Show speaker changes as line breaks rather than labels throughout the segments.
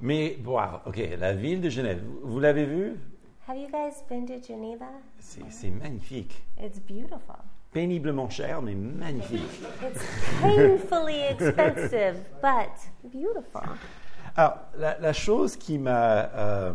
Mais, wow, OK, la ville de Genève, vous, vous l'avez vue?
Have you guys been to Geneva?
C'est c'est magnifique.
It's beautiful.
Péniblement cher, mais magnifique.
It's painfully expensive, but beautiful.
Alors, la, la chose qui m'a euh,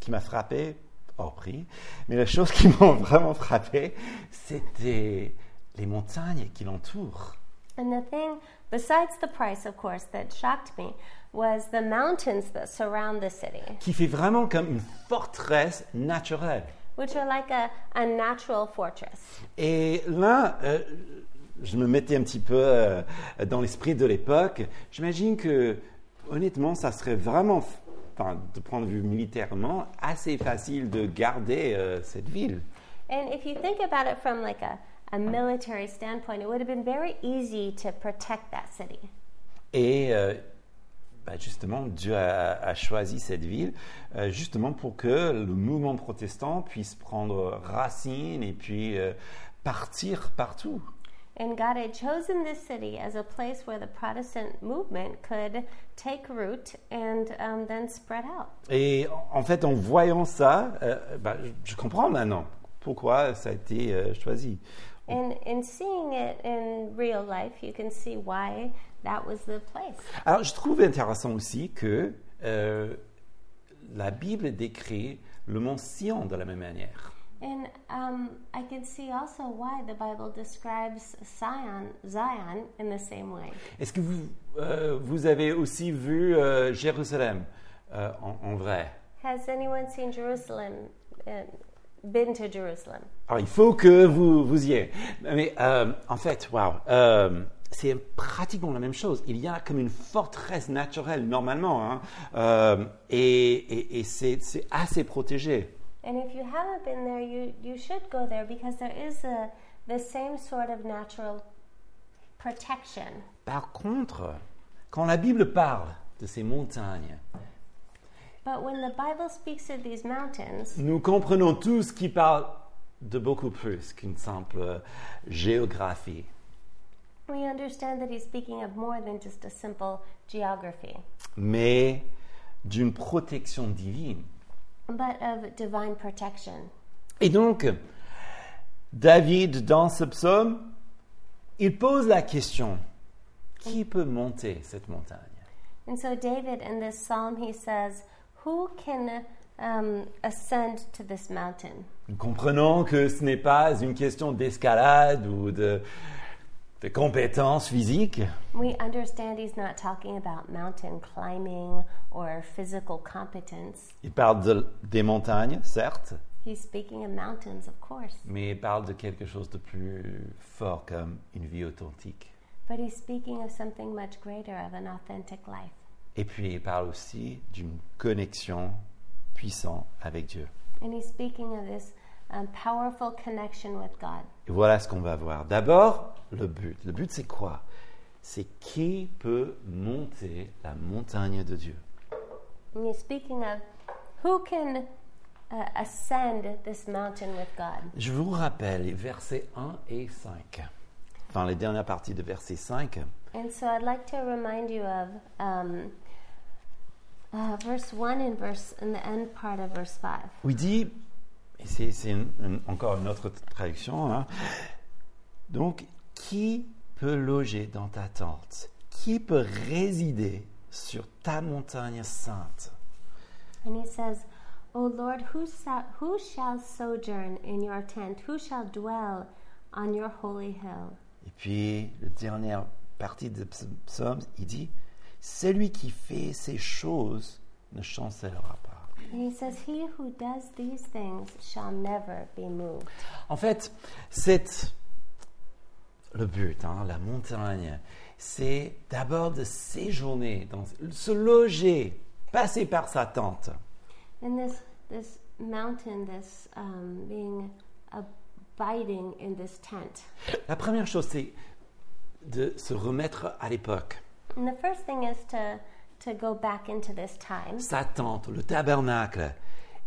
qui m'a frappé, hors prix, mais la chose qui m'a vraiment frappé, c'était les montagnes qui l'entourent.
And the thing, besides the price, of course, that shocked me was the mountains that surround the city,
qui fait vraiment comme une forteresse naturelle.
which are like a, a natural fortress.
Et là, euh, je me mettais un petit peu euh, dans l'esprit de l'époque. J'imagine que, honnêtement, ça serait vraiment, f- enfin, de point de vue militairement, assez facile de garder euh, cette ville.
And if you think about it from like a, a military standpoint, it would have been very easy to protect that city.
Et euh, bah, justement, Dieu a, a choisi cette ville euh, justement pour que le mouvement protestant puisse prendre racine et puis euh, partir partout.
And God had chosen this city as a place where the Protestant movement could take root and um, then spread out.
Et en- en fait, en voyant ça, euh, bah, je- je comprends maintenant pourquoi ça a été euh, choisi.
And in seeing it in real life, you can see why that was the place.
Alors, je trouve intéressant aussi que euh, la Bible décrit le mont Sion de la même manière.
And um, I can see also why the Bible describes Zion, Zion in the same way.
Est-ce que vous, euh, vous avez aussi vu euh, Jérusalem euh, en, en vrai
Has anyone seen Jerusalem? Uh, been to Jerusalem?
Alors, Ah, il faut que vous, vous y ayez. Mais euh, en fait, waouh, euh, c'est pratiquement la même chose. Il y a comme une forteresse naturelle normalement, hein, euh, et, et- et c'est c'est assez protégé.
And if you haven't been there, you, you should go there because there is a, the same sort of natural protection.
Par contre, quand la Bible parle de ces montagnes,
But when the Bible speaks of these mountains,
nous comprenons tous qu'il parle de beaucoup plus qu'une simple euh, géographie.
we understand that he's speaking of more than just a simple geography,
mais d'une protection divine.
but of divine protection.
Et donc, David, dans ce psaume, il pose la question, qui peut monter cette montagne
And so, David, in this psalm, he says, Who can um, ascend to this mountain?
Nous comprenons que ce n'est pas une question d'escalade ou de, de compétences physiques,
We understand he's not talking about mountain climbing or physical competence.
il parle de- des montagnes, certes,
He's speaking of mountains, of course,
mais il parle de quelque chose de plus fort comme une vie authentique.
but he's speaking of something much greater, of an authentic life.
Et puis il parle aussi d'une connexion puissante avec Dieu.
And he's speaking of this um, powerful connection with God.
Et voilà ce qu'on va voir. D'abord, le but. Le but, c'est quoi C'est qui peut monter la montagne de Dieu
And he's speaking of who can uh, ascend this mountain with God.
Je vous rappelle les versets 1 et 5. Enfin, les dernières parties de verset 5.
And so I'd like to remind you of um, uh, verse 1 and verse in the end part of verse 5.
Où il dit, et c'est c'est une- une- encore une autre traduction, hein. donc, qui peut loger dans ta tente Qui peut résider sur ta montagne sainte
And he says, O Lord, who, sa- who shall sojourn in your tent? Who shall dwell on your holy hill?
Et puis, la dernière partie de Ps- Psaume, il dit Celui qui fait ces choses ne chancellera pas.
And he says, He who does these things shall never be moved.
En fait, c'est le but, hein, la montagne. C'est d'abord de séjourner, dans, se loger, passer par sa tente.
And this, this mountain, this um, being abiding in this tent.
La première chose, c'est de se remettre à l'époque.
And the first thing is to, to go back into this time.
Sa tente, le tabernacle,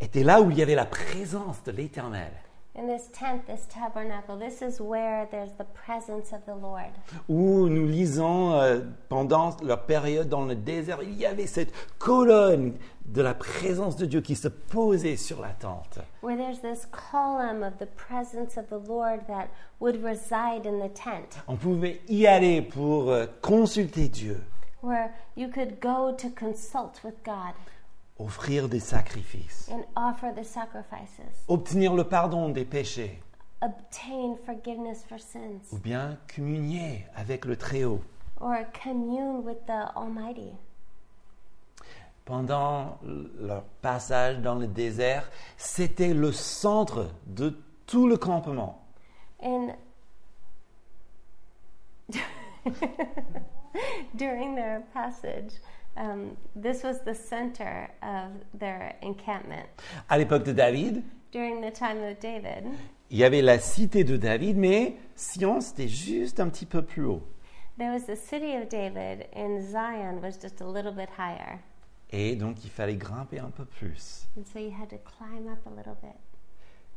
était là où il y avait la présence de l'Éternel.
In this tent, this tabernacle, this is where there's the presence of the Lord.
où nous lisons euh, pendant leur période dans le désert, il y avait cette colonne de la présence de Dieu qui se posait sur la tente.
where there's this column of the presence of the Lord that would reside in the tent,
On pouvait y aller pour euh, consulter Dieu,
where you could go to consult with God
offrir des sacrifices,
and offer the sacrifices,
obtenir le pardon des péchés,
obtain forgiveness for sins,
ou bien communier avec le Très-Haut.
or commune with the Almighty.
Pendant leur passage dans le désert, c'était le centre de tout le campement.
And during their passage, um, this was the center of their encampment.
À l'époque de David,
During the time of David,
Il y avait la cité de David, mais Sion, c'était juste un petit peu plus haut.
There was the city of David, and Zion was just a little bit higher.
Et donc, il fallait grimper un peu plus.
And so you had to climb up a little bit.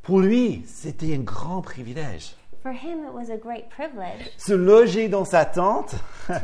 Pour lui, c'était un grand privilège.
For him, it was a great privilege
Se loger dans sa tente,
to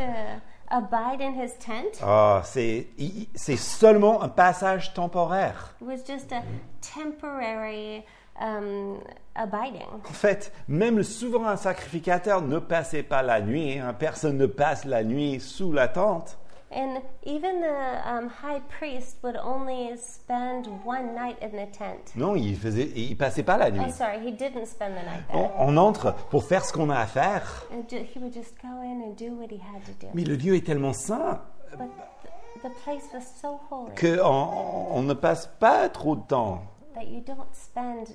abide in his tent.
oh, c'est il- c'est seulement un passage temporaire.
It was just a temporary um, abiding.
En fait, même le souverain sacrificateur ne passait pas la nuit. hein. Personne ne passe la nuit sous la tente.
And even the um, high priest would only spend one night in the tent.
Non, il faisait, il passait pas la
Oh,
nuit.
sorry, he didn't spend the night
On,
there.
on entre pour faire ce qu'on a à faire.
And ju- he would just go in and do what he had to do.
Mais le lieu est tellement saint.
But th- the place was so holy.
qu'on on ne passe pas trop de temps.
that you don't spend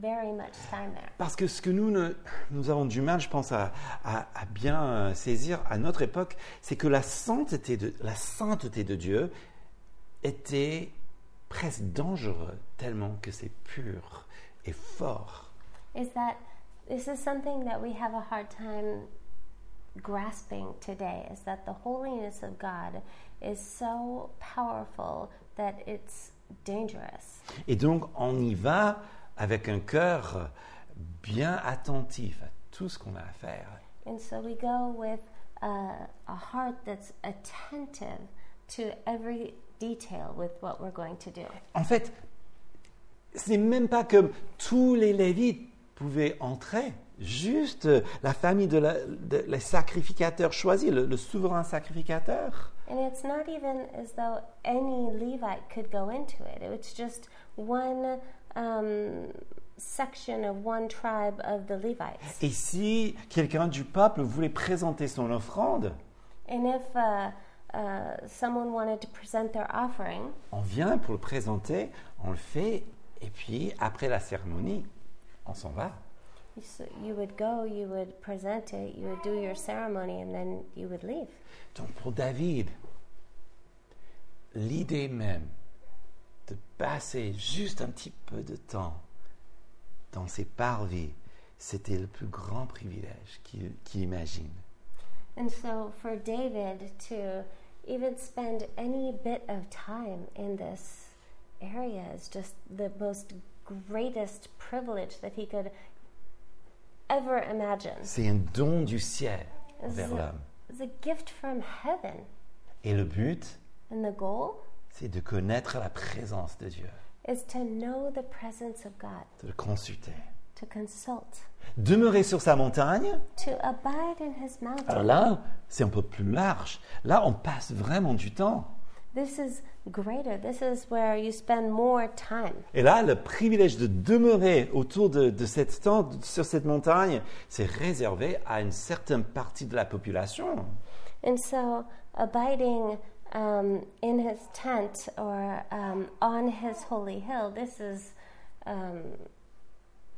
very much time there.
Parce que ce que nous, ne- nous avons du mal, je pense, à, à- à bien euh, saisir à notre époque, c'est que la sainteté, de, la sainteté de Dieu était presque dangereuse, tellement que c'est pur et fort.
Is that this is something that we have a hard time grasping today is that the holiness of God is so powerful that it's dangerous.
Et donc, on y va avec un cœur bien attentif à tout ce qu'on a à faire.
And so we go with a, a heart that's attentive to every detail with what we're going to do.
En fait, ce n'est même pas que tous les Lévites pouvaient entrer. Juste euh, la famille de, la- de- les sacrificateurs choisis, le, le souverain sacrificateur.
And it's not even as though any Levite could go into it. It's just one um, section of one tribe of the Levites.
Et si quelqu'un du peuple voulait présenter son offrande,
And if uh, uh, someone wanted to present their offering,
on vient pour le présenter, on le fait, et puis après la cérémonie, on s'en va.
you s- you would go, you would present it, you would do your ceremony, and then you would leave.
Donc pour David, l'idée même de passer juste un petit peu de temps dans ses parvis, c'était le plus grand privilège qu'il qu'il imagine.
And so for David to even spend any bit of time in this area is just the most greatest privilege that he could ever imagine.
C'est un don du ciel vers
C'est-
l'homme.
It's a gift from heaven.
Et le but,
And the goal
c'est de connaître la présence de Dieu,
is to know the presence of God,
de le consulter.
to consult,
Demeurer sur sa montagne,
to abide in his
alors
mountain.
là, c'est un peu plus large. Là, on passe vraiment du temps.
This is greater. This is where you spend more time.
Et là, le privilège de demeurer autour de, de cette tente, sur cette montagne, c'est réservé à une certaine partie de la population.
And so, abiding um, in his tent or um, on his holy hill, this is um,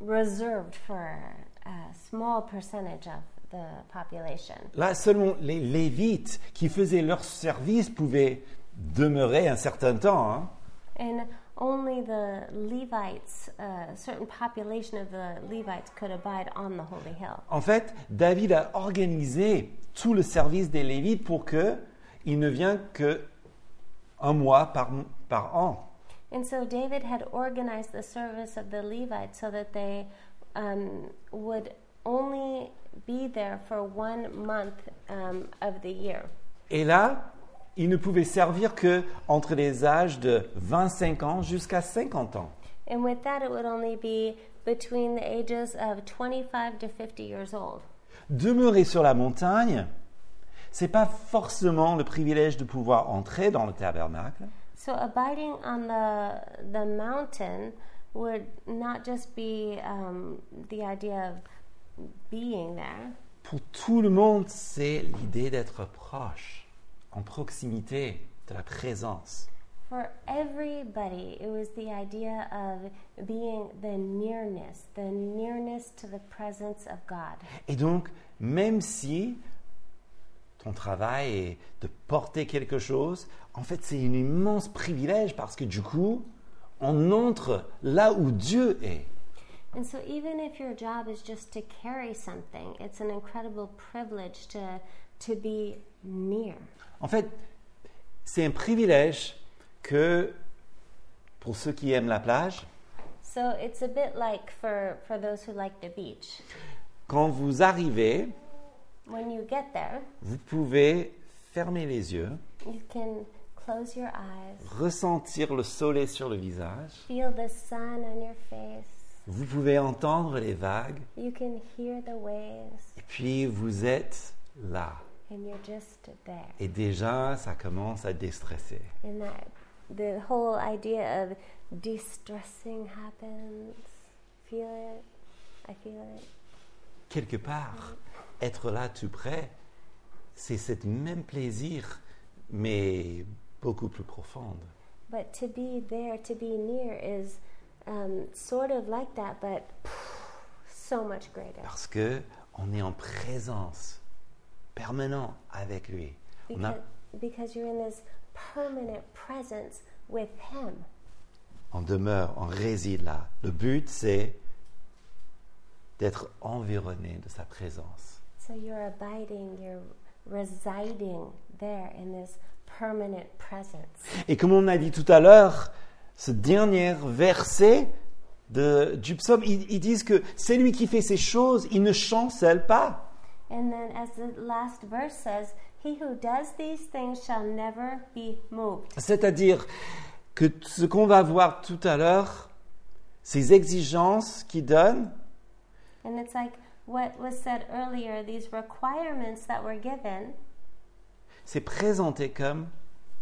reserved for a small percentage of the population.
Là, seulement les Lévites qui faisaient leur service pouvaient demeurer un certain temps. hein.
And only the Levites, a certain population of the Levites, could abide on the holy hill.
En fait, David a organisé tout le service des Lévites pour que il ne vienne que un mois par, par an.
And so, David had organized the service of the Levites so that they um, would only be there for one month um, of the year.
Et là, il ne pouvait servir que entre les âges de 25 ans jusqu'à 50 ans.
And with that, it would only be between the ages of 25 to 50 years old.
Demeurer sur la montagne, c'est pas forcément le privilège de pouvoir entrer dans le tabernacle,
So abiding on the the mountain would not just be um, the idea of being there.
Pour tout le monde, c'est l'idée d'être proche, en proximité de la présence.
For everybody, it was the idea of being the nearness, the nearness to the presence of God.
Et donc, même si ton travail est de porter quelque chose, en fait, c'est un immense privilège parce que du coup, on entre là où Dieu est.
And so, even if your job is just to carry something, it's an incredible privilege to to be near.
En fait, c'est un privilège que, pour ceux qui aiment la plage,
So it's a bit like for for those who like the beach.
quand vous arrivez,
When you get there,
vous pouvez fermer les yeux,
you can close your eyes.
ressentir le soleil sur le visage,
Feel the sun on your face.
vous pouvez entendre les vagues,
You can hear the waves,
et puis vous êtes là.
and you're just there.
Et déjà, ça commence à déstresser.
And that the whole idea of distressing happens. Feel it. I feel it.
Quelque part, être là tout près, c'est ce même plaisir, mais beaucoup plus profonde.
But to be there, to be near, is um, sort of like that, but so much greater.
Parce que on est en présence permanente avec lui. On a-
Because, because you're in this permanent presence with Him.
on demeure, on réside là. Le but, c'est d'être environné de sa présence.
So you're abiding, you're residing there in this permanent presence.
Et comme on a dit tout à l'heure, ce dernier verset de, du psaume, ils, ils disent que c'est lui qui fait ces choses, il ne chancelle pas.
And then, as the last verse says, he who does these things shall never be moved.
C'est-à-dire que ce qu'on va voir tout à l'heure, ces exigences qu'il donne,
And it's like what was said earlier these requirements that were given
c'est présenté comme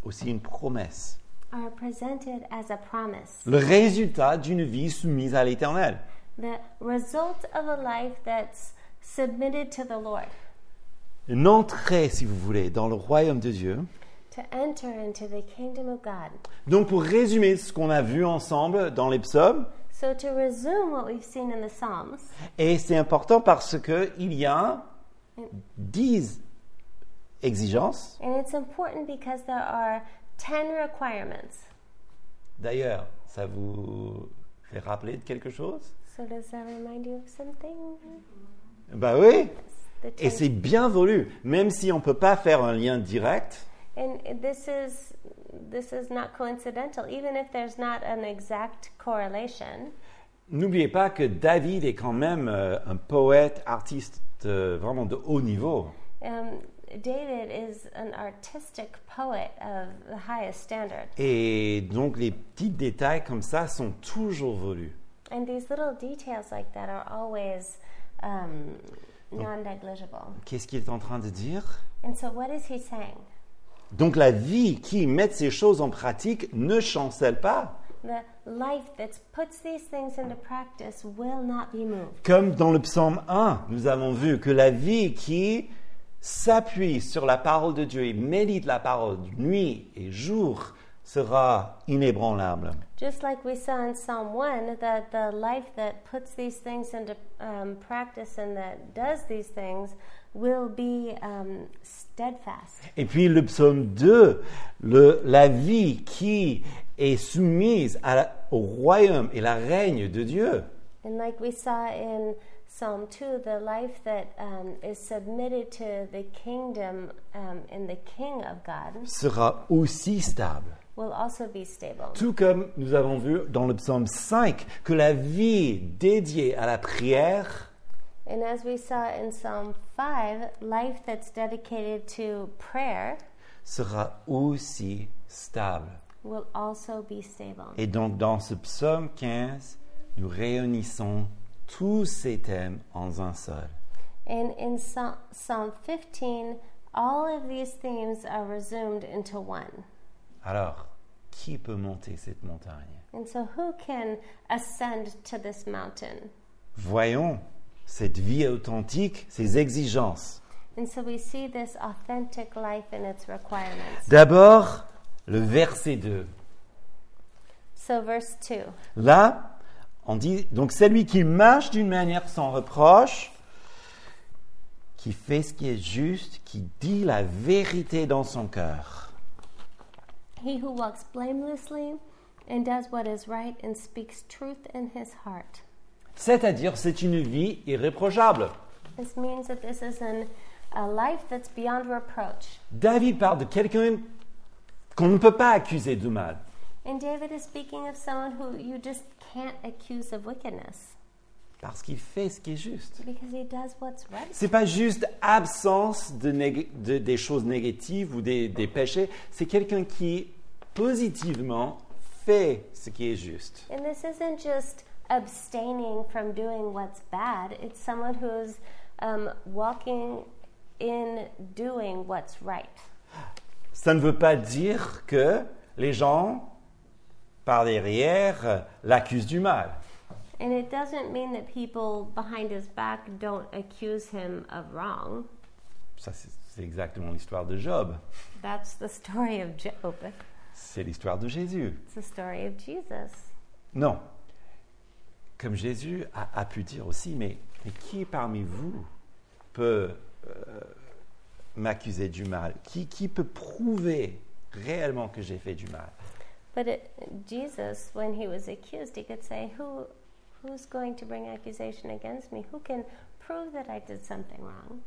aussi une promesse.
are presented as a promise.
Le résultat d'une vie soumise à l'éternel.
The result of a life that's submitted to the Lord,
Une entrée, si vous voulez, dans le royaume de Dieu.
to enter into the kingdom of God.
Donc pour résumer ce qu'on a vu ensemble dans les psaumes,
So, to resume what we've seen in the Psalms,
Et c'est important parce qu'il y a dix exigences.
and it's important because there are 10 requirements.
D'ailleurs, ça vous fait rappeler de quelque chose
So, does that remind you of something?
Bah oui
The
Et
10
c'est bien voulu, même si on ne peut pas faire un lien direct.
And this is this is not coincidental, even if there's not an exact correlation.
N'oubliez pas que David est quand même euh, un poète, artiste euh, vraiment de haut niveau.
Um, David is an artistic poet of the highest standard,
Et donc les petits détails comme ça sont toujours voulus.
and these little details like that are always um, non-negligible.
Qu'est-ce qu'il est en train de dire
And so, what is he saying?
Donc la vie qui met ces choses en pratique ne chancelle pas.
The life that puts these things into practice will not be moved.
Comme dans le psaume 1, nous avons vu que la vie qui s'appuie sur la parole de Dieu et médite la parole nuit et jour sera inébranlable.
Just like we saw in Psalm 1, that the life that puts these things into um, practice and that does these things will be um, steadfast.
Et puis le psaume 2, le- la vie qui est soumise à la- au royaume et la règne de Dieu
And like we saw in Psalm 2, the life that um, is submitted to the kingdom um, and the King of God
sera aussi stable.
will also be stable.
Tout comme nous avons vu dans le psaume 5 que la vie dédiée à la prière
And as we saw in Psalm 5, life that's dedicated to prayer
sera aussi stable.
will also be stable.
Et donc dans ce psaume 15, nous réunissons tous ces thèmes en un seul.
And in Psa- Psalm 15, all of these themes are resumed into one.
Alors, qui peut monter cette montagne
And so, who can ascend to this mountain?
Voyons cette vie authentique, ses exigences.
And so, we see this authentic life and its requirements.
D'abord, le verset 2.
So, verse 2
Là, on dit donc celui qui marche d'une manière sans reproche, qui fait ce qui est juste, qui dit la vérité dans son cœur.
He who walks blamelessly and does what is right and speaks truth in his heart.
C'est-à-dire, c'est une vie irréprochable.
This means that this is an, a life that's beyond reproach.
David parle de quelqu'un qu'on ne peut pas accuser de mal.
And David is speaking of someone who you just can't accuse of wickedness
Parce qu'il fait ce qui est juste.
because he does what's right.
C'est pas juste absence de, nég- de- des choses négatives ou des, des péchés. C'est quelqu'un qui positivement fait ce qui est juste.
And this isn't just abstaining from doing what's bad, it's someone who's um, walking in doing what's right.
Ça ne veut pas dire que les gens par derrière euh, l'accusent du mal.
And it doesn't mean that people behind his back don't accuse him of wrong.
Ça, c'est c'est exactement l'histoire de Job.
That's the story of Job.
C'est l'histoire de Jésus.
It's the story of Jesus.
Non. Comme Jésus a, a pu dire aussi, mais, mais qui parmi vous peut euh, m'accuser du mal qui, qui peut prouver réellement que j'ai fait du mal
But it, Jesus, when he was accused, he could say, "Who, who's going to bring accusation against me? Who can prove that I did something wrong?"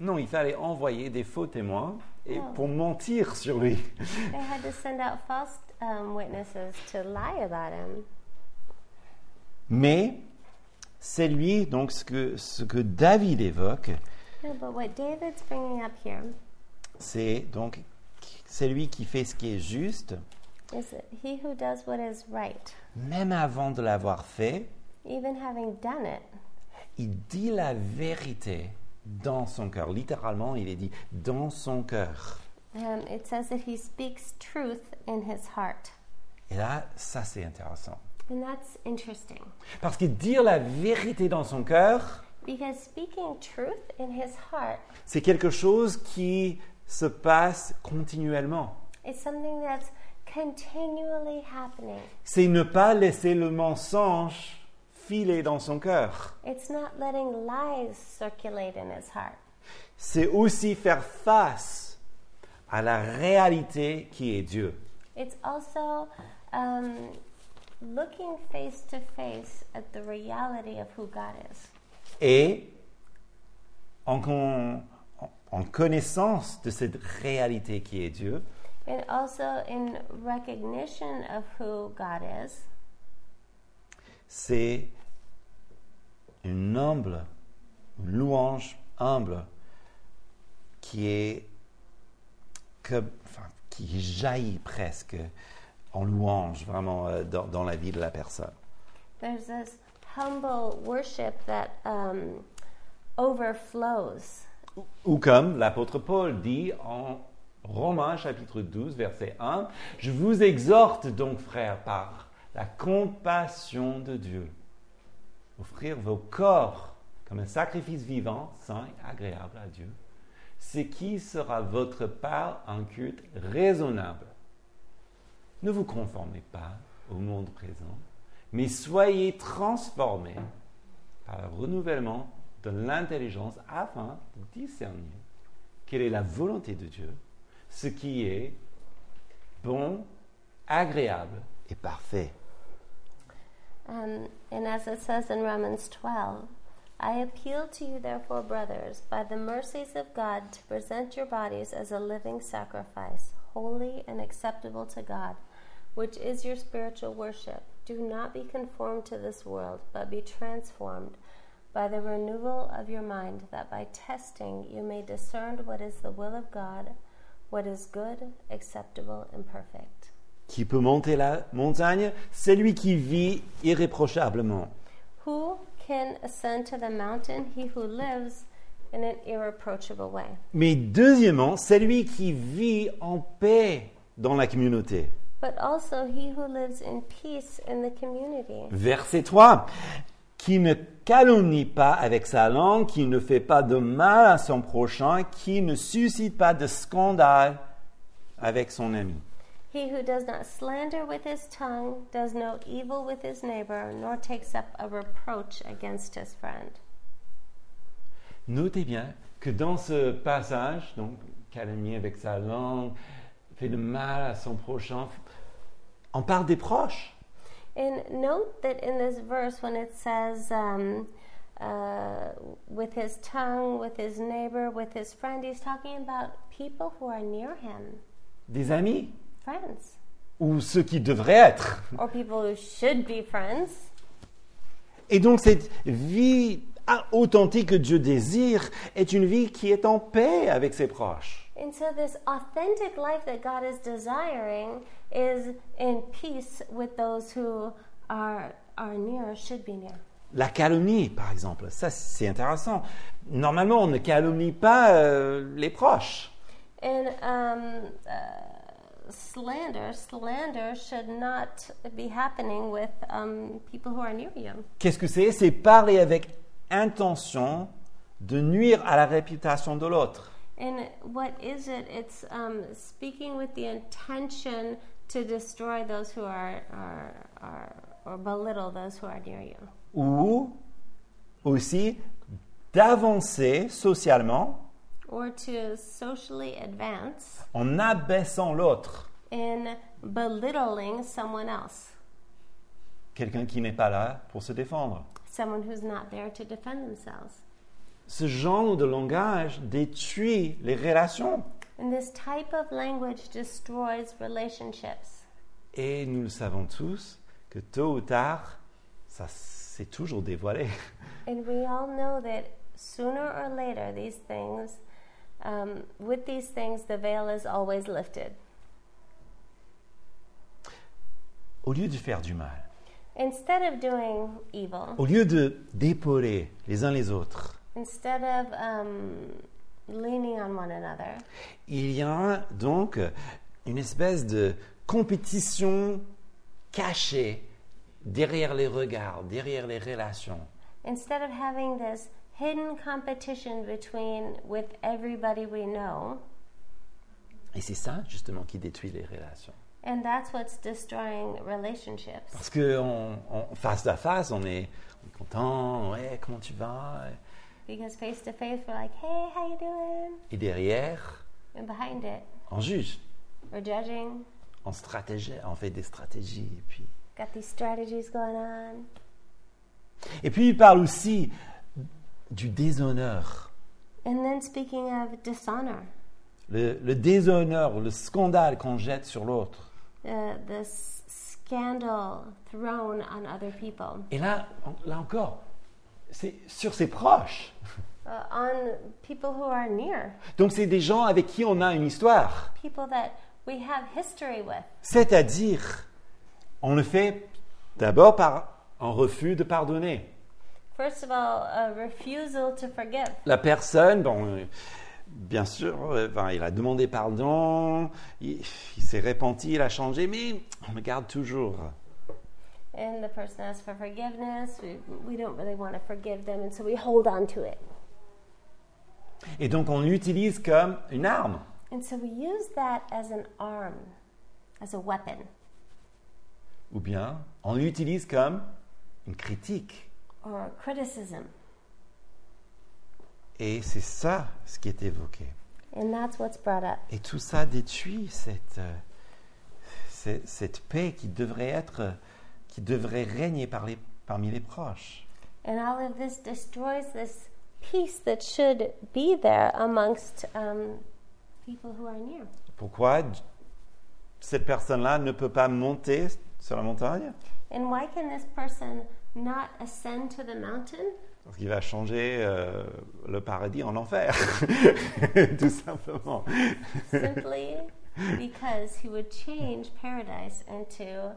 Non, il fallait envoyer des faux témoins et
Oh.
pour mentir sur lui.
They had to send out false um, witnesses to lie about him.
Mais c'est lui, donc, ce que, ce que David évoque,
No, but what David's bringing up here
c'est donc c'est lui qui fait ce qui est juste,
is that he who does what is right,
même avant de l'avoir fait,
even having done it,
il dit la vérité dans son cœur. Littéralement, il est dit dans son cœur.
um, it says that he speaks truth in his heart,
Et là, ça c'est intéressant.
and that's interesting
Parce que dire la vérité dans son cœur,
because speaking truth in his heart
c'est quelque chose qui se passe continuellement.
is something that's continually happening.
C'est ne pas laisser le mensonge filer dans son cœur.
It's not letting lies circulate in his heart.
C'est aussi faire face à la réalité qui est Dieu.
It's also um, looking face to face at the reality of who God is.
Et en, con- en- en connaissance de cette réalité qui est Dieu,
And also in recognition of who God is,
c'est une humble, une louange humble qui est comme, enfin, qui jaillit presque en louange vraiment euh, dans, dans la vie de la personne.
there's this humble worship that um, overflows.
Ou comme l'apôtre Paul dit en Romains chapitre 12 verset 1, je vous exhorte donc frères par la compassion de Dieu, offrir vos corps comme un sacrifice vivant, saint et agréable à Dieu, ce qui sera votre part un culte raisonnable. Ne vous conformez pas au monde présent, mais soyez transformés par le renouvellement de l'intelligence afin de discerner quelle est la volonté de Dieu, ce qui est bon, agréable et parfait.
Um, and as it says in Romans 12, I appeal to you, therefore, brothers, by the mercies of God, to present your bodies as a living sacrifice, holy and acceptable to God, which is your spiritual worship. Do not be conformed to this world, but be transformed by the renewal of your mind, that by testing you may discern what is the will of God, what is good, acceptable, and perfect.
Qui peut monter la montagne Celui qui vit irréprochablement.
Who can ascend to the mountain? He who lives in an irreproachable way.
Mais deuxièmement, celui qui vit en paix dans la communauté.
But also he who lives in peace in the community.
Verset 3. Qui ne calomnie pas avec sa langue, qui ne fait pas de mal à son prochain, qui ne suscite pas de scandale avec son ami.
He who does not slander with his tongue, does no evil with his neighbor, nor takes up a reproach against his friend.
Notez bien que dans ce passage, donc calomnie avec sa langue, fait de mal à son prochain, on parle des proches.
And note that in this verse, when it says, um, uh, with his tongue, with his neighbor, with his friend, he's talking about people who are near him,
des amis
friends,
ou ceux qui devraient être.
or people who should be friends.
Et donc cette vie a- authentique que Dieu désire est une vie qui est en paix avec ses proches.
And so, this authentic life that God is desiring is in peace with those who are, are near, or should be near.
La calomnie, par exemple, ça c'est intéressant. Normalement, on ne calomnie pas euh, les proches.
And um, uh, slander, slander should not be happening with um, people who are near you.
Qu'est-ce que c'est C'est parler avec intention de nuire à la réputation de l'autre.
And what is it? It's um, speaking with the intention to destroy those who are, are, are or belittle those who are near you.
Ou aussi d'avancer socialement
Or to socially advance
en abaissant l'autre.
in belittling someone else,
Quelqu'un qui n'est pas là pour se défendre.
someone who's not there to defend themselves.
Ce genre de langage détruit les relations.
And this type of language destroys relationships.
Et nous le savons tous que tôt ou tard, ça s'est toujours dévoilé.
And we all know that sooner or later, these things, um, with these things, the veil is always lifted.
Au lieu de faire du mal,
Instead of doing evil,
au lieu de d'épauler les uns les autres,
instead of um, leaning on one another,
il y a donc une espèce de compétition cachée derrière les regards, derrière les relations.
instead of having this hidden competition between with everybody we know,
Et c'est ça justement qui détruit les relations.
and that's what's destroying relationships.
Parce que on- on- face à face, on est, on est content, ouais, comment tu vas
Because face to face, we're like, "Hey, how you doing?"
Et derrière,
And behind it,
on juge,
we're judging.
on stratégie, on fait des stratégies. Et puis,
Got these strategies going on.
et puis il parle aussi du déshonneur.
And then speaking of dishonor,
Le, le déshonneur, le scandale qu'on jette sur l'autre.
uh, this scandal thrown on other people,
Et là, en- là encore, c'est sur ses proches.
uh, on people who are near,
Donc c'est des gens avec qui on a une histoire.
people that we have history with.
C'est-à-dire, on le fait d'abord par un refus de pardonner.
First of all, a refusal to forgive.
la personne, bon, euh, bien sûr, euh, ben, il a demandé pardon, il, il s'est repenti, il a changé, mais on le garde toujours.
And the person asks for forgiveness. We, we don't really want to forgive them, and so we hold on to it.
Et donc on l'utilise comme une arme.
And so we use that as an arm, as a weapon,
Ou bien on l'utilise comme une critique.
or criticism.
Et c'est ça ce qui est évoqué.
And that's what's brought up.
Et tout ça détruit cette, euh, ce- cette paix qui devrait être, qui devrait régner par les- parmi les proches.
And all of this destroys this peace that should be there amongst um, people who are near.
Pourquoi cette personne-là ne peut pas monter sur la montagne
And why can this person not ascend to the mountain?
Parce qu'il va changer euh, le paradis en enfer, tout simplement.
Simply because he would change paradise into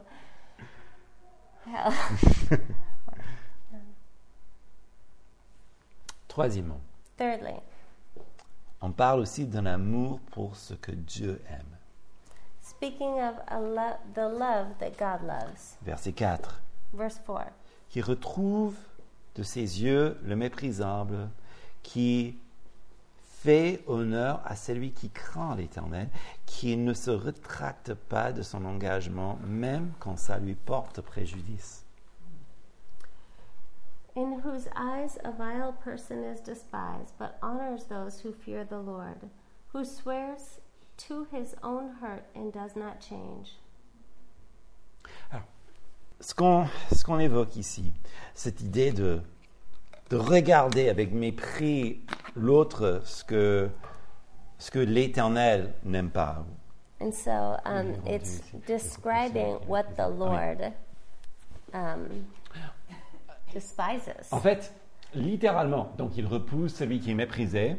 hell.
Troisièmement,
Thirdly,
on parle aussi d'un amour pour ce que Dieu aime.
speaking of a lo- the love that God loves,
Verset 4.
verse 4
qui retrouve de ses yeux le méprisable, qui fait honneur à celui qui craint l'Éternel, qui ne se retracte pas de son engagement, même quand ça lui porte préjudice.
In whose eyes a vile person is despised, but honors those who fear the Lord, who swears to his own hurt and does not change.
Ce qu'on ce qu'on évoque ici, cette idée de, de regarder avec mépris l'autre, ce que, ce que l'Éternel n'aime pas,
And so um, it's describing what the Lord um, despises.
En fait, littéralement, donc il repousse celui qui est méprisé.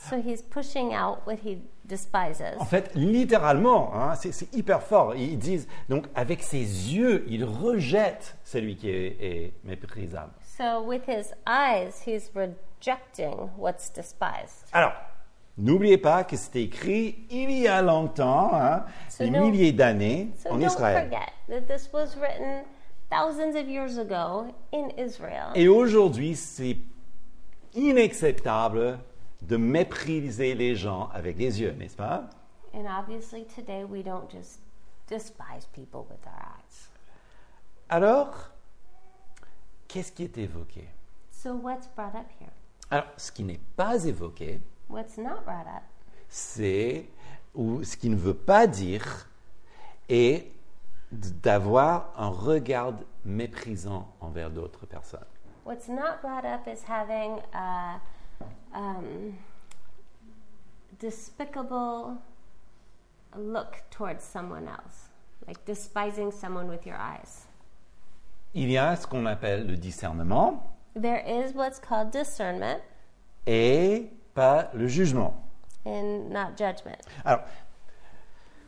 So he's pushing out what he despises.
En fait, littéralement, hein, c'est, c'est hyper fort. Ils disent, donc avec ses yeux, il rejette celui qui est, est méprisable.
So with his eyes, he's rejecting what's despised.
Alors, n'oubliez pas que c'était écrit il y a longtemps, hein,
So
des
don't-
milliers d'années,
So
en
don't
Israël.
forget that this was written thousands of years ago in Israel.
Et aujourd'hui, c'est inacceptable de mépriser les gens avec les yeux, n'est-ce pas
And obviously today we don't just despise people with our eyes.
Alors, qu'est-ce qui est évoqué
So what's brought up here?
Alors, ce qui n'est pas évoqué,
What's not brought up
c'est ou ce qui ne veut pas dire est d- d'avoir un regard méprisant envers d'autres personnes.
What's not brought up is having a um, despicable look towards someone else, like despising someone with your eyes.
Il y a ce qu'on appelle le discernement
There is what's called discernment
et pas le jugement.
and not judgment.
Alors,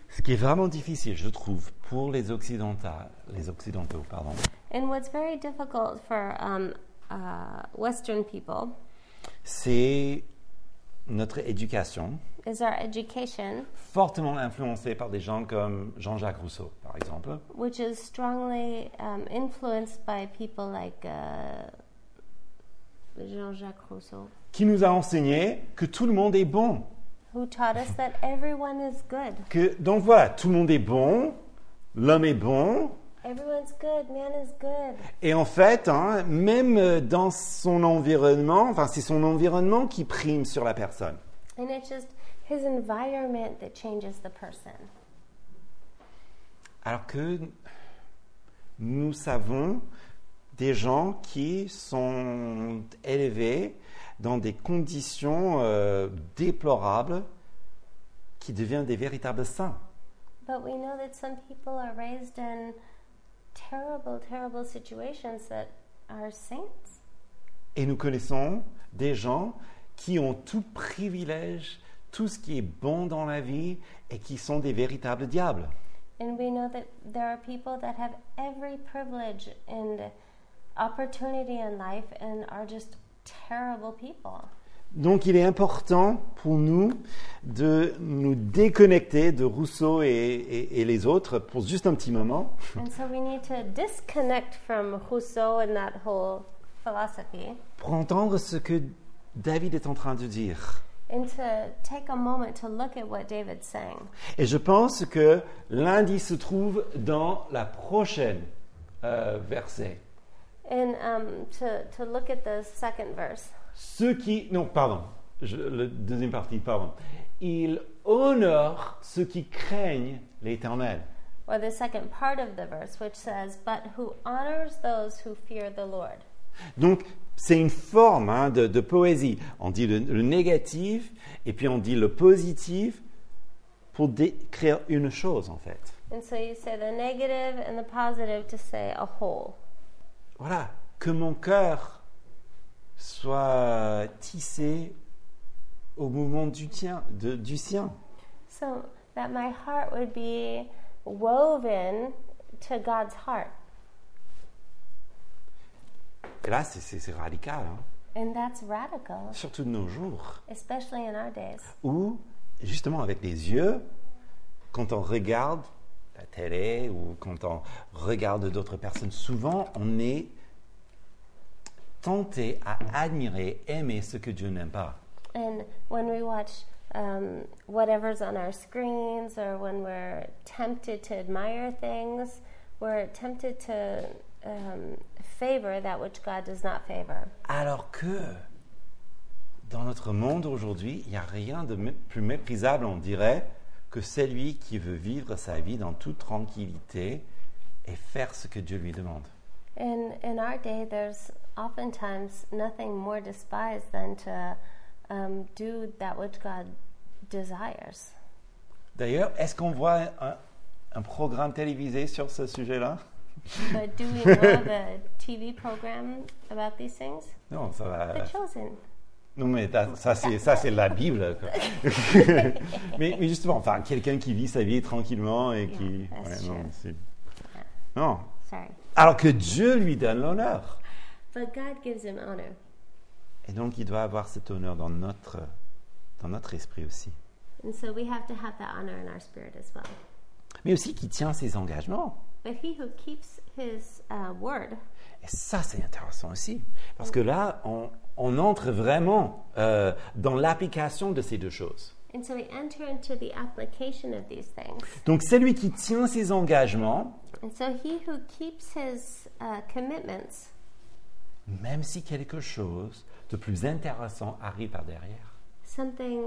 ce qui est vraiment difficile, je trouve, pour les occidentaux, les occidentaux, pardon,
And what's very difficult for um, uh, Western people
c'est notre éducation
is our education,
fortement influencée par des gens comme Jean-Jacques Rousseau, par exemple.
which is strongly um, influenced by people like uh, Jean Jacques Rousseau.
qui nous a enseigné que tout le monde est bon.
who taught us that everyone is good.
Que, donc voilà, tout le monde est bon, l'homme est bon,
Everyone's good. Man is good.
et en fait, hein, même euh, dans son environnement, enfin c'est son environnement qui prime sur la personne.
And it's just his environment that changes the person.
Alors que nous savons des gens qui sont élevés dans des conditions euh, déplorables qui deviennent des véritables saints.
But we know that some people are raised in terrible, terrible situations that are saints.
Et nous connaissons des gens qui ont tout privilège, tout ce qui est bon dans la vie et qui sont des véritables diables.
And we know that there are people that have every privilege and opportunity in life and are just terrible people.
Donc il est important pour nous de nous déconnecter de Rousseau et, et- et les autres pour juste un petit moment
And so we need to disconnect from Rousseau and that whole philosophy.
pour entendre ce que David est en train de dire.
and to take a moment to look at what David's saying.
Et je pense que l'indice se trouve dans la prochaine euh, verset.
And um, to, to look at the second verse.
Ceux qui... Non, pardon. Je, le deuxième partie, pardon. Il honore ceux qui craignent l'Éternel.
Or the second part of the verse, which says, But who honors those who fear the Lord.
Donc, c'est une forme hein, de, de poésie. On dit le, le négatif et puis on dit le positif pour décrire une chose en fait.
And so you say the negative and the positive to say a whole.
Voilà, que mon cœur soit tissé au mouvement du tien, de- du sien.
So that my heart would be woven to God's heart.
Et là, c'est- c'est c'est radical, hein.
And that's radical,
surtout de nos jours,
especially in our days.
où justement avec les yeux, quand on regarde la télé ou quand on regarde d'autres personnes, souvent on est tenté à admirer, aimer ce que Dieu n'aime pas.
And when we watch um, whatever's on our screens or when we're tempted to admire things, we're tempted to um, favor that which God does not favor.
Alors que dans notre monde aujourd'hui, il n'y a rien de mé- plus méprisable, on dirait, que celui qui veut vivre sa vie dans toute tranquillité et faire ce que Dieu lui demande.
In in our day, there's oftentimes nothing more despised than to um, do that which God desires.
D'ailleurs, est-ce qu'on voit un, un programme télévisé sur ce sujet-là
But do we know of a TV program about these things?
Non, ça va.
The Chosen.
Non, mais t'as- ça, c'est ça, c'est la Bible. quoi. mais, mais justement, enfin, quelqu'un qui vit sa vie tranquillement et qui.
Yeah, that's
non,
true.
c'est- non.
Sorry,
Alors que Dieu lui donne l'honneur.
but God gives him honor,
Et donc, il doit avoir cet honneur dans notre, dans notre esprit aussi.
and so we have to have that honor in our spirit as well.
Mais aussi qui tient ses engagements.
But he who keeps his uh, word,
Et ça, c'est intéressant aussi. Parce que là, on, on entre vraiment euh, dans l'application de ces deux choses.
and so we enter into the application of these things.
Donc, celui qui tient ses engagements,
And so he who keeps his uh, commitments,
même si quelque chose de plus intéressant arrive par derrière,
something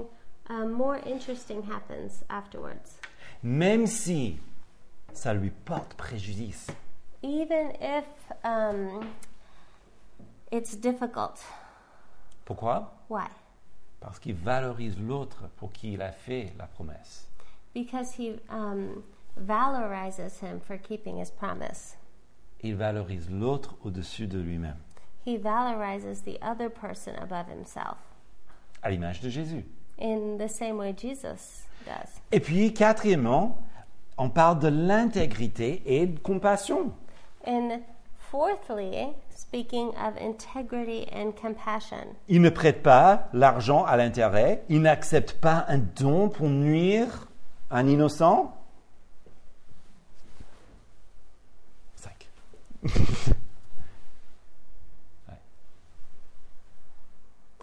uh, more interesting happens afterwards.
même si ça lui porte préjudice,
Even if um, it's difficult.
pourquoi
Why?
Parce qu'il valorise l'autre pour qui il a fait la promesse.
Because he um, valorizes him for keeping his promise.
Il valorise l'autre au-dessus de lui-même,
He valorizes the other person above himself
à l'image de Jésus.
in the same way Jesus does.
Et puis, quatrièmement, on parle de l'intégrité et de compassion.
And fourthly, speaking of integrity and compassion,
Il ne prête pas l'argent à l'intérêt. Il n'accepte pas un don pour nuire à un innocent. Cinq.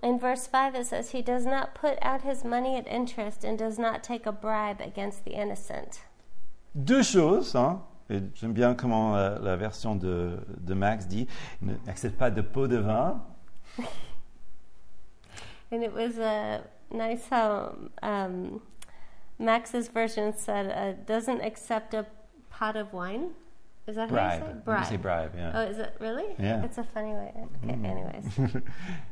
in verse 5 it says, He does not put out his money at interest and does not take a bribe against the innocent.
Deux choses. hein. Et J'aime bien comment euh, la version de, de Max dit il ne- n'accepte pas de pot de vin.
And it was uh, nice how um, Max's version said, uh, doesn't accept a pot of wine. Is that how you say
Bribe.
it?
You say bribe, yeah.
Oh, is it really?
Yeah.
It's a funny way. Okay, anyways.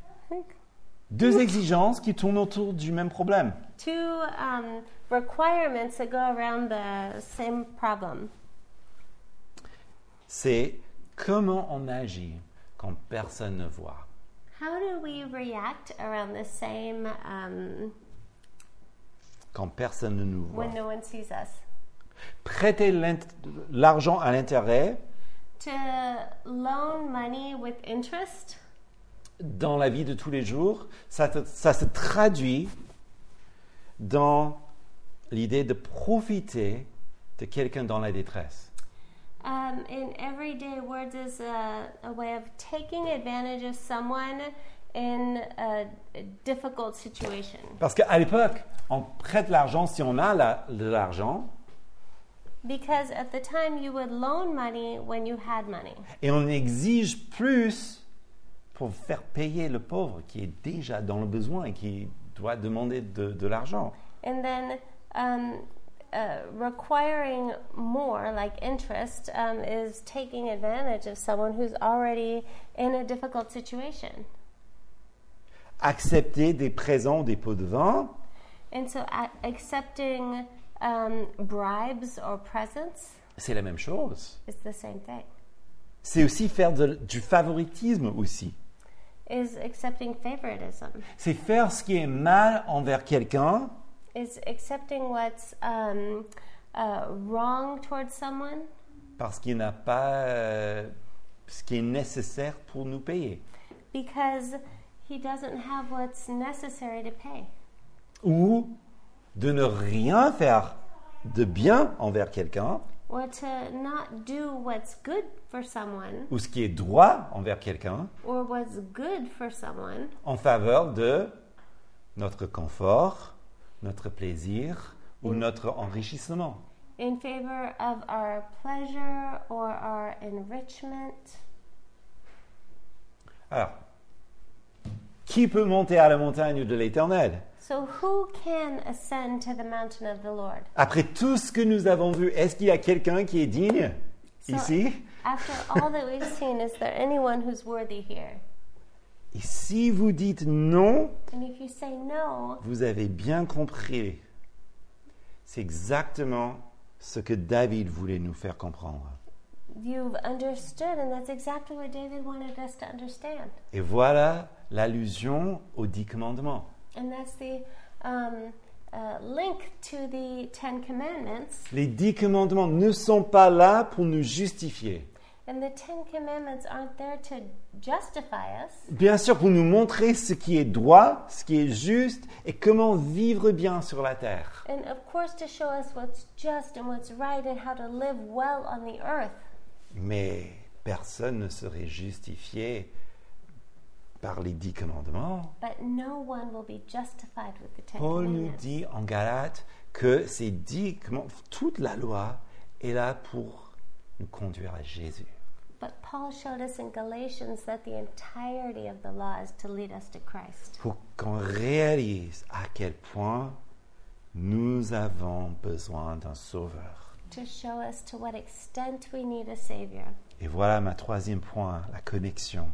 Deux exigences qui tournent autour du même problème.
Two um, requirements that go around the same problem.
C'est comment on agit quand personne ne voit.
How do we react around the same um,
Quand personne ne nous voit.
when no one sees us?
prêter l'int- l'argent à l'intérêt
To loan money with interest
dans la vie de tous les jours, ça, te- ça se traduit dans l'idée de profiter de quelqu'un dans la détresse.
um, in everyday words is a, a way of taking advantage of someone in a, a difficult situation.
Parce qu'à l'époque, on prête l'argent si on a la- de l'argent
Because at the time you would loan money when you had money.
et on exige plus pour faire payer le pauvre qui est déjà dans le besoin et qui doit demander de- de l'argent.
And then um, uh, requiring more, like interest, um, is taking advantage of someone who's already in a difficult situation.
Accepter des présents, des pots de vin,
And so a accepting um, bribes or presents,
C'est la même chose.
it's the same thing.
C'est aussi faire de- du favoritisme aussi.
Is accepting favoritism.
C'est faire ce qui est mal envers quelqu'un
Is accepting what's um, uh, wrong towards someone
parce qu'il n'a pas euh, ce qui est nécessaire pour nous payer.
because he doesn't have what's necessary to pay,
Ou de ne rien faire de bien envers quelqu'un
or to not do what's good for someone,
ou ce qui est droit envers quelqu'un
or what's good for someone
en faveur de notre confort, notre plaisir ou notre enrichissement.
in favor of our pleasure or our enrichment.
Alors, qui peut monter à la montagne de l'Éternel
So, who can ascend to the mountain of the Lord?
Après tout ce que nous avons vu, est-ce qu'il y a quelqu'un qui est digne
So-
ici
After all that we've seen, is there anyone who's worthy here?
Et si vous dites non,
And if you say no,
vous avez bien compris. C'est exactement ce que David voulait nous faire comprendre.
you've understood, and that's exactly what David wanted us to understand.
Et voilà l'allusion aux dix commandements.
And that's the um, uh, link to the Ten Commandments.
Les dix commandements ne sont pas là pour nous justifier.
And the Ten Commandments aren't there to justify us,
Bien sûr, pour nous montrer ce qui est droit, ce qui est juste et comment vivre bien sur la terre.
and of course to show us what's just and what's right and how to live well on the earth.
Mais personne ne serait justifié par les dix commandements.
But no one will be justified with the Ten
Paul nous
Commandments.
dit en Galate que ces dix commandements, toute la loi est là pour nous conduire à Jésus.
But Paul showed us in Galatians that the entirety of the law is to lead us to Christ,
Pour qu'on réalise à quel point nous avons besoin d'un sauveur.
to show us to what extent we need a Savior.
Et voilà ma troisième point, la connexion.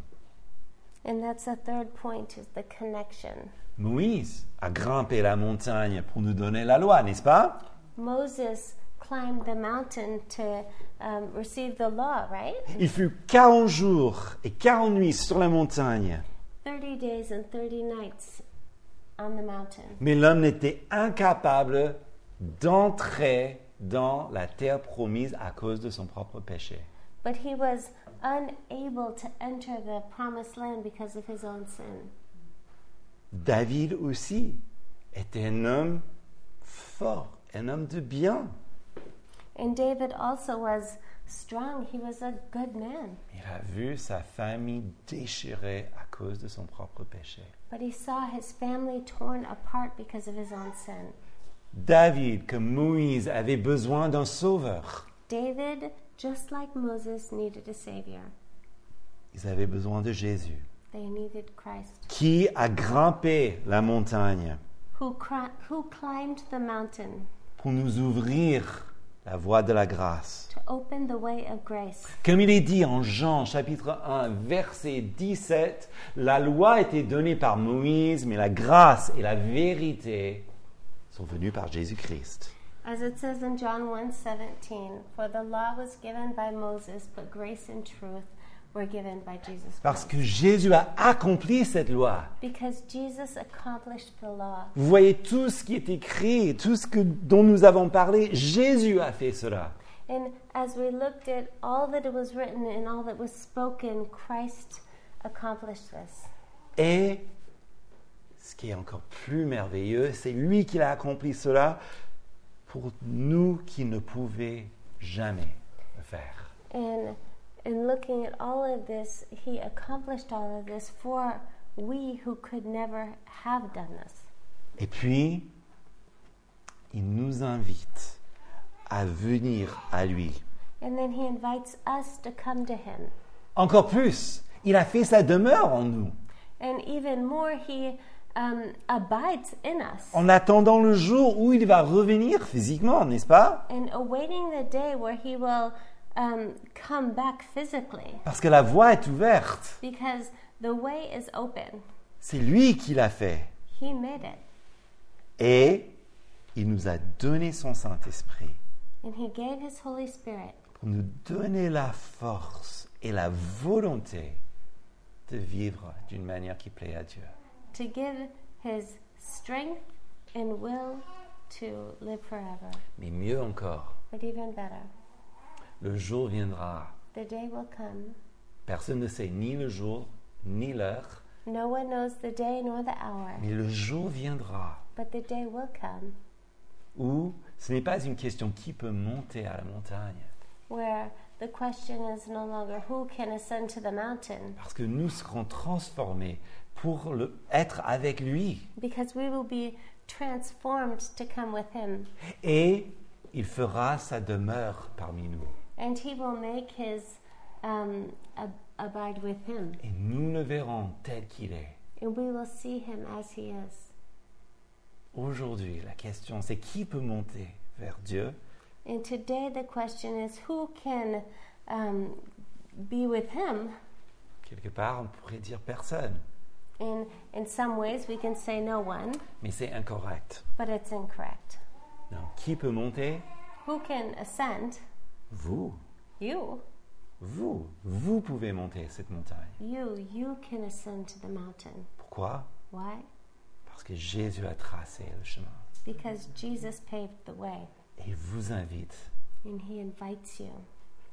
And that's the third point is the connection.
Moïse a grimpé la montagne pour nous donner la loi, n'est-ce pas
Moses climbed the mountain to um, receive the law, right?
Il fut 40 jours et 40 nuits sur la montagne,
30 days and 30 nights on the mountain.
mais l'homme n'était incapable d'entrer dans la terre promise à cause de son propre péché.
But he was unable to enter the promised land because of his own sin.
David aussi était un homme fort, un homme de bien.
And David also was strong, he was a good man.
Il a vu sa famille déchirée à cause de son propre péché.
But he saw his family torn apart because of his own sin.
David, comme Moïse, avait besoin d'un sauveur.
David, just like Moses, needed a savior.
Ils avaient besoin de Jésus.
They needed Christ.
Qui a grimpé la montagne
Who, cri- who climbed the mountain
pour nous ouvrir la voie de la grâce
to open the way of grace?
Comme il est dit en Jean chapitre 1 verset 17, la loi était donnée par Moïse, mais la grâce et la vérité sont venues par Jésus-Christ.
As it says in John 1:17, for the law was given by Moses, but grace and truth were given by Jesus
Parce
Christ.
que Jésus a accompli cette loi.
Because Jesus accomplished the law.
Vous voyez tout ce qui est écrit, tout ce que, dont nous avons parlé, Jésus a fait cela.
And as we looked at all that was written and all that was spoken, Christ accomplished this.
Et ce qui est encore plus merveilleux, c'est lui qui a accompli cela pour nous qui ne pouvions jamais le faire.
And in looking at all of this, he accomplished all of this for we who could never have done this.
Et puis, il nous invite à venir à lui.
And then he invites us to come to him.
Encore plus, il a fait sa demeure en nous,
And even more, he um, abides in us.
en attendant le jour où il va revenir physiquement, n'est-ce pas
And awaiting the day where he will um, come back physically,
Parce que la voie est ouverte.
because the way is open.
C'est lui qui l'a fait.
He made it.
Et Il nous a donné son Saint-Esprit
and He gave His Holy Spirit
pour nous donner la force et la volonté de vivre d'une manière qui plaît à Dieu.
to give His strength and will to live forever.
Mais mieux encore,
But even better,
le jour viendra.
the day will come.
Personne ne sait ni le jour ni l'heure,
No one knows the day nor the hour,
mais le jour viendra
but the day will come
où ce n'est pas une question qui peut monter à la montagne,
where the question is no longer who can ascend to the mountain,
parce que nous serons transformés pour le- être avec lui.
because we will be transformed to come with Him,
Et il fera sa demeure parmi nous.
and He will make His um, ab- abide with Him,
Et nous le verrons tel qu'il est.
and we will see Him as He is.
Aujourd'hui, la question, c'est qui peut monter vers Dieu
And today the question is who can um, be with Him?
Quelque part, on pourrait dire personne,
In, in some ways, we can say no one,
mais c'est incorrect.
but it's incorrect.
Non, qui peut monter
Who can ascend?
Vous.
You.
Vous. Vous pouvez monter cette montagne.
You, you can ascend to the mountain.
Pourquoi
Why?
Parce que Jésus a tracé le chemin.
Because Jesus paved the way
Et il vous invite.
and he invites you.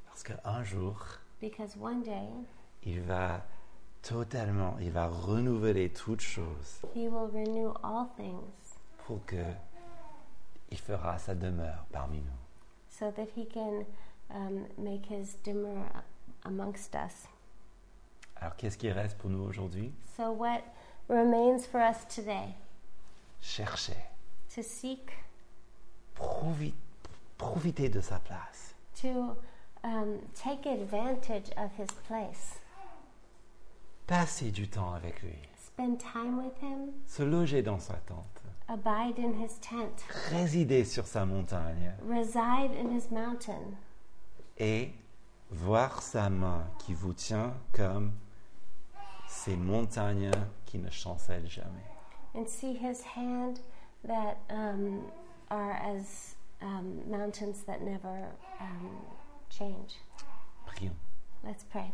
Parce qu'un jour,
Because one day
il va totalement, il va renouveler toutes choses
he will renew all things
pour que il fera sa demeure parmi nous.
so that he can um, make his dimmer amongst us.
Alors qu'est-ce qui reste pour nous aujourd'hui
So, what remains for us today?
Cherchez.
To seek,
Provi- profitez de sa place.
to um, take advantage of his place,
Passez du temps avec lui.
spend time with him,
Se loger dans sa tente.
abide in his tent,
Résider sur sa montagne.
reside in his mountain.
et voir sa main qui vous tient comme ces montagnes qui ne chancellent jamais.
and see his hand that um, are as um, mountains that never um, change.
Prions.
Let's pray.